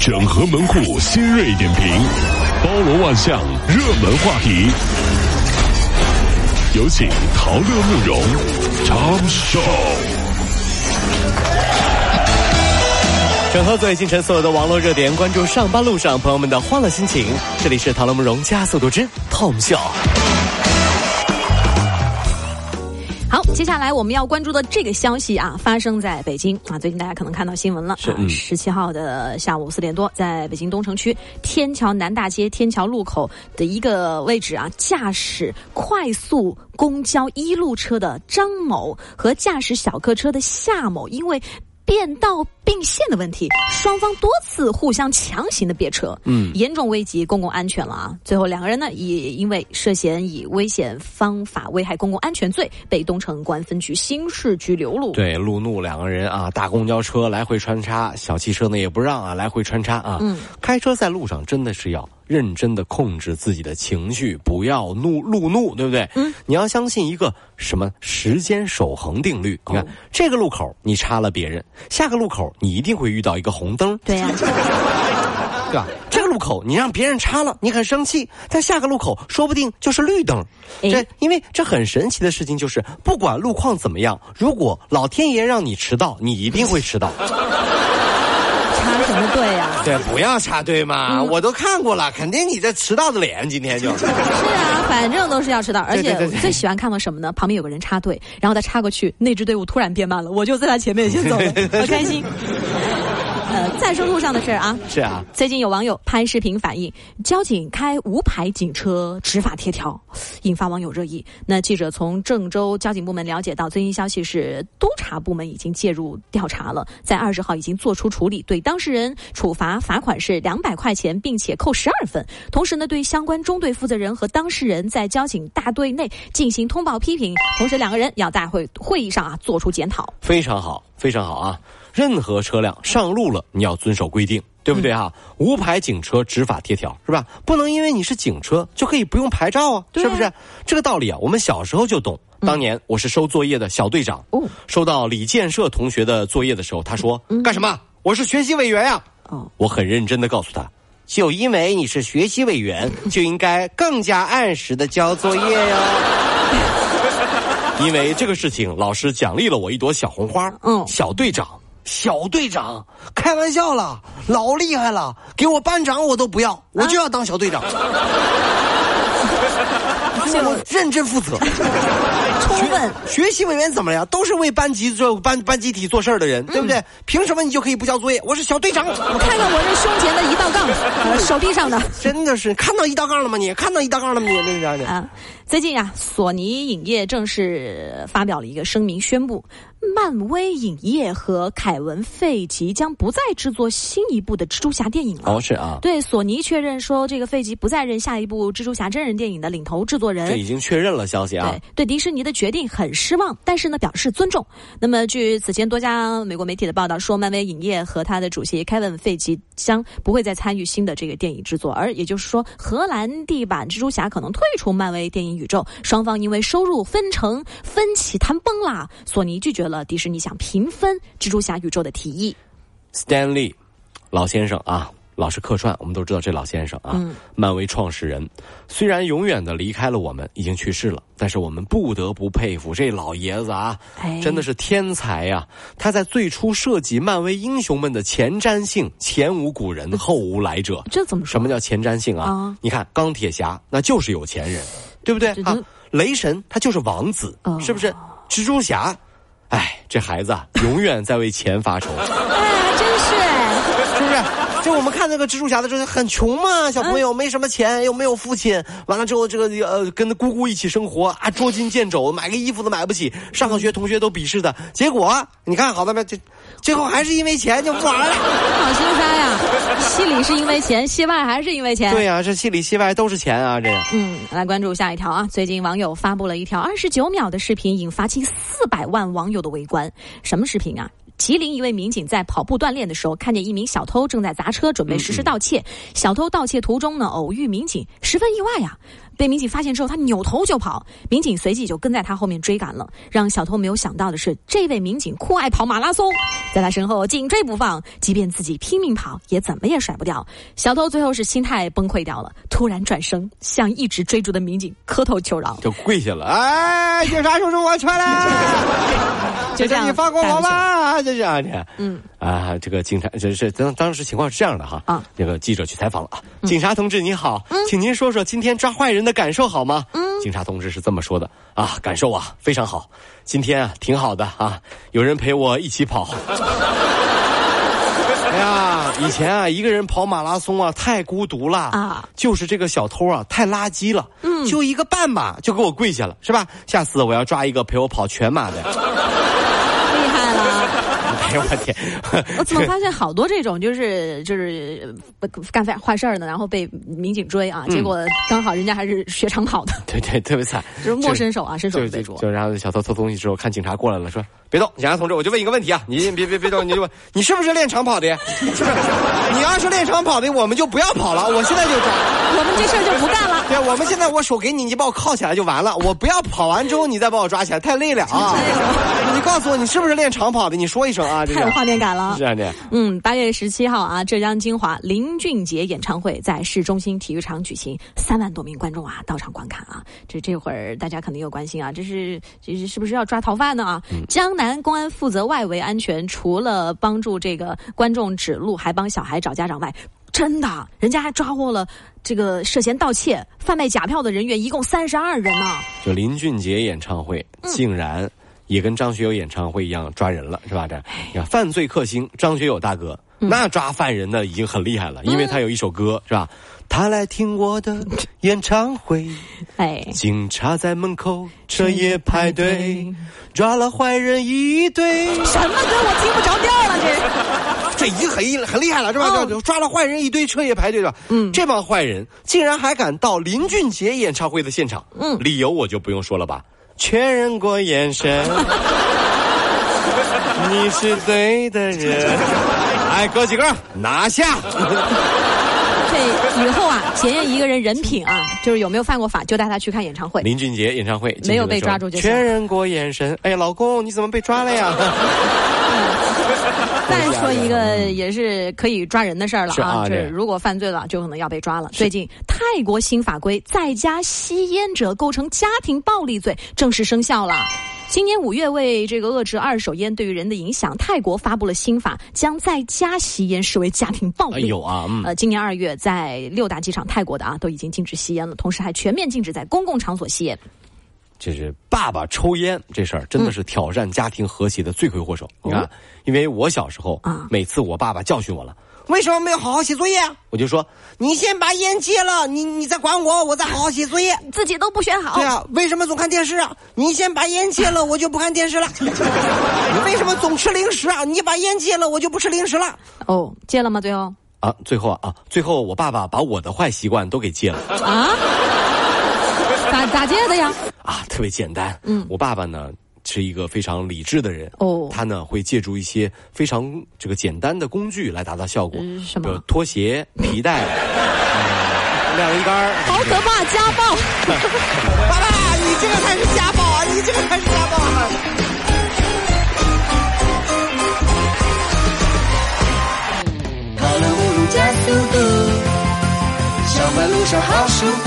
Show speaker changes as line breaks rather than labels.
整合门户新锐点评，包罗万象，热门话题。有请陶乐慕容长寿。
整合最近晨所有的网络热点，关注上班路上朋友们的欢乐心情。这里是《唐乐慕容加速度之 Tom 秀》。
好，接下来我们要关注的这个消息啊，发生在北京啊。最近大家可能看到新闻了，
是
啊
嗯，
十七号的下午四点多，在北京东城区天桥南大街天桥路口的一个位置啊，驾驶快速公交一路车的张某和驾驶小客车的夏某，因为变道并线的问题，双方多次互相强行的别车，嗯，严重危及公共安全了啊！最后两个人呢，也因为涉嫌以危险方法危害公共安全罪，被东城公安分局新市拘留了。
对，路怒两个人啊，大公交车来回穿插，小汽车呢也不让啊，来回穿插啊。
嗯，
开车在路上真的是要认真的控制自己的情绪，不要怒路怒，对不对？嗯，你要相信一个什么时间守恒定律。你看、这个路口你插了别人，下个路口你一定会遇到一个红灯，
对呀、
对吧？这个路口你让别人插了，你很生气，但下个路口说不定就是绿灯。
哎
这因为这很神奇的事情就是，不管路况怎么样，如果老天爷让你迟到，你一定会迟 到。
插什么队呀、
对，不要插队嘛，
嗯
我都看过了，肯定你这迟到的脸，今 天就。
是啊，反正都是要迟到。而
对
且
对对
我最喜欢看到什么呢？旁边有个人插队，然后他插过去，那支队伍突然变慢了，我就在他前面先走了，好开心。呃，再说路上的事儿啊，
是啊，
最近有网友拍视频反映交警开无牌警车执法贴条，引发网友热议。那记者从郑州交警部门了解到，最新消息是督察部门已经介入调查了，在二十号已经做出处理，对当事人处罚罚款是两百块钱，并且扣十二分。同时呢，对相关中队负责人和当事人在交警大队内进行通报批评，同时两个人要在会会议上啊做出检讨。
非常好，非常好啊！任何车辆上路了，你要遵守规定，对不对啊？
嗯
无牌警车执法贴条是吧？不能因为你是警车就可以不用牌照啊，
对啊
是不是？这个道理啊，我们小时候就懂。当年我是收作业的小队长，
嗯哦嗯
收到李建设同学的作业的时候，他说：“干什么？我是学习委员呀、啊
哦
我很认真的告诉他。就因为你是学习委员，
嗯
就应该更加按时的交作业 哟。因为这个事情，老师奖励了我一朵小红花。
嗯
小队长，小队长，开玩笑啦，老厉害了，给我班长我都不要，我就要当小队 长。我认真负责，
充分
学习委员怎么了呀？都是为班级做班班集体做事儿的人，
嗯
对不对？凭什么你就可以不交作业？我是小队长。
我看看我这胸前的一道杠，呃，手臂上的。
真的是看到一道杠了吗你？看到一道杠了吗你？那啥的，
啊，最近啊，索尼影业正式发表了一个声明，宣布漫威影业和凯文·费奇将不再制作新一部的蜘蛛侠电影了。
哦是啊，
对，索尼确认说，这个费奇不再任下一部蜘蛛侠真人电影的领头制作人。
这已经确认了消息啊
对。对，迪士尼的决定很失望，但是呢表示尊重。那么，据此前多家美国媒体的报道说，漫威影业和他的主席 Kevin 费奇将不会再参与新的这个电影制作，而也就是说，荷兰地版蜘蛛侠可能退出漫威电影宇宙。双方因为收入分成分歧谈崩啦，索尼拒绝了迪士尼想平分蜘蛛侠宇宙的提议。
Stanley，老先生啊，老是客串，我们都知道这老先生啊，
嗯
漫威创始人，虽然永远的离开了我们，已经去世了，但是我们不得不佩服这老爷子啊，
哎
真的是天才呀、他在最初涉及漫威英雄们的前瞻性，前无古人后无来者。
这怎么说
什么叫前瞻性啊？
啊
你看钢铁侠那就是有钱人，对不对
这
啊
都？
雷神他就是王子，
哦
是不是？蜘蛛侠，哎，这孩子啊，永远在为钱发愁。
哎，真是哎。
是不是？就我们看那个蜘蛛侠的时候，很穷嘛，小朋友没什么钱，又没有父亲，完了之后这个呃跟姑姑一起生活啊，捉襟见肘，买个衣服都买不起，上个学同学都鄙视他。结果你看好了没？这最后还是因为钱就不玩了。
好心 塞呀！戏里是因为钱，戏外还是因为钱。
对呀、这戏里戏外都是钱啊，这个。
嗯，来关注下一条啊！最近网友发布了一条二十九秒的视频，引发近四百万网友的围观。什么视频啊？吉林一位民警在跑步锻炼的时候，看见一名小偷正在砸车，准备实施盗窃。小偷盗窃途中呢，偶遇民警，十分意外呀、啊被民警发现之后，他扭头就跑，民警随即就跟在他后面追赶了。让小偷没有想到的是，这位民警酷爱跑马拉松，在他身后紧追不放，即便自己拼命跑，也怎么也甩不掉。小偷最后是心态崩溃掉了，突然转身向一直追逐的民警磕头求饶，
就跪下了。哎，有啥叔叔我去了，
就这样
哎你放过我吧，就这样的。
嗯，
啊，这个警察这是当当时情况是这样的哈。
啊，嗯
这个记者去采访了啊，警察同志您好，请您说说今天抓坏人的感受好吗？嗯，警察同志是这么说的啊，感受啊非常好，今天啊挺好的啊，有人陪我一起跑。 哎呀，以前啊，一个人跑马拉松啊，太孤独了
啊！
就是这个小偷啊，太垃圾了。嗯，就一个半马就给我跪下了，是吧？下次我要抓一个陪我跑全马的。
厉害了。
哎呦我天！
我怎么发现好多这种就是就是呃不干坏坏事儿呢，然后被民警追啊，
嗯
结果刚好人家还是学长跑的，
对对，特别惨，
就是陌生手啊，伸手
就
不
就
对捉。
就然后小偷偷东西之后，看警察过来了，说：“别动，警察同志，我就问一个问题啊，你别别别动，你就问，你是不是练长跑的？是不是？你要是练长跑的，我们就不要跑了，我现在就抓。”
我们这事儿就不干了。
对，我们现在我手给你，你把我铐起来就完了。我不要跑完之后你再把我抓起来，太累了啊！ 你告诉我你是不是练长跑的？你说一声啊，这
太有
个
画面感了
是。啊，这
嗯，八月十七号啊，浙江金华林俊杰演唱会在市中心体育场举行，三万多名观众啊到场观看啊。这这会儿大家肯定有关心啊，这是这是是不是要抓逃犯呢啊？
嗯
江南公安负责外围安全，除了帮助这个观众指路，还帮小孩找家长外。真的，人家还抓获了这个涉嫌盗窃、贩卖假票的人员，一共三十二人呢、
就林俊杰演唱会竟然也跟张学友演唱会一样抓人了，是吧？这你看犯罪克星张学友大哥，那抓犯人的已经很厉害了，因为他有一首歌是吧？他来听我的 演唱会，
哎，
警察在门口彻夜排队，抓了坏人一堆。
什么歌我听不着调了，这是。
这已经很厉很厉害了，是吧？
嗯
这抓了坏人一堆，彻夜排队的。嗯，这帮坏人竟然还敢到林俊杰演唱会的现场。嗯，理由我就不用说了吧，确认过眼 神，你是对的 人。哎，哥几个拿下！
这以后啊，检验一个人人品啊，就是有没有犯过法，就带他去看演唱会。
林俊杰演唱会
没有被抓住就行
确认过眼神。哎呀，老公，你怎么被抓了 呀？
再说一个也是可以抓人的事儿了
哎是
啊，
啊
就
这
是如果犯罪了，就可能要被抓了。最近泰国新法规，在家吸烟者构成家庭暴力罪正式生效了。今年五月，为这个遏制二手烟对于人的影响，泰国发布了新法，将在家吸烟视为家庭暴
哎
力。
呦啊，嗯，
呃，今年二月，在六大机场，泰国的啊都已经禁止吸烟了，同时还全面禁止在公共场所吸烟。
这是爸爸抽烟这事儿，真
嗯
的是挑战家庭和谐的罪魁祸首。你看，因为我小时候
哦啊
每次我爸爸教训我了，为什么没有好好写作业？我就说你先把烟戒了，你你再管我，我再好好写作业。
自己都不选好，
对啊，为什么总看电视啊？你先把烟戒了，我就不看电 视了。你为什么总吃零食啊？你把烟戒了，我就不吃零食了。
哦，戒了吗？最后
啊，最后啊啊，最后我爸爸把我的坏习惯都给戒了。
啊？咋咋戒的呀？
啊，特别简单。嗯，我爸爸呢是一个非常理智的人。
哦
他呢会借助一些非常这个简单的工具来达到效果，
嗯什么
比如拖鞋、皮带、呃晾衣杆儿。
好可怕，家暴！
爸爸，你这个才是家暴啊！你这个才是家暴啊！
跑了五路加速度，上班路上好舒服。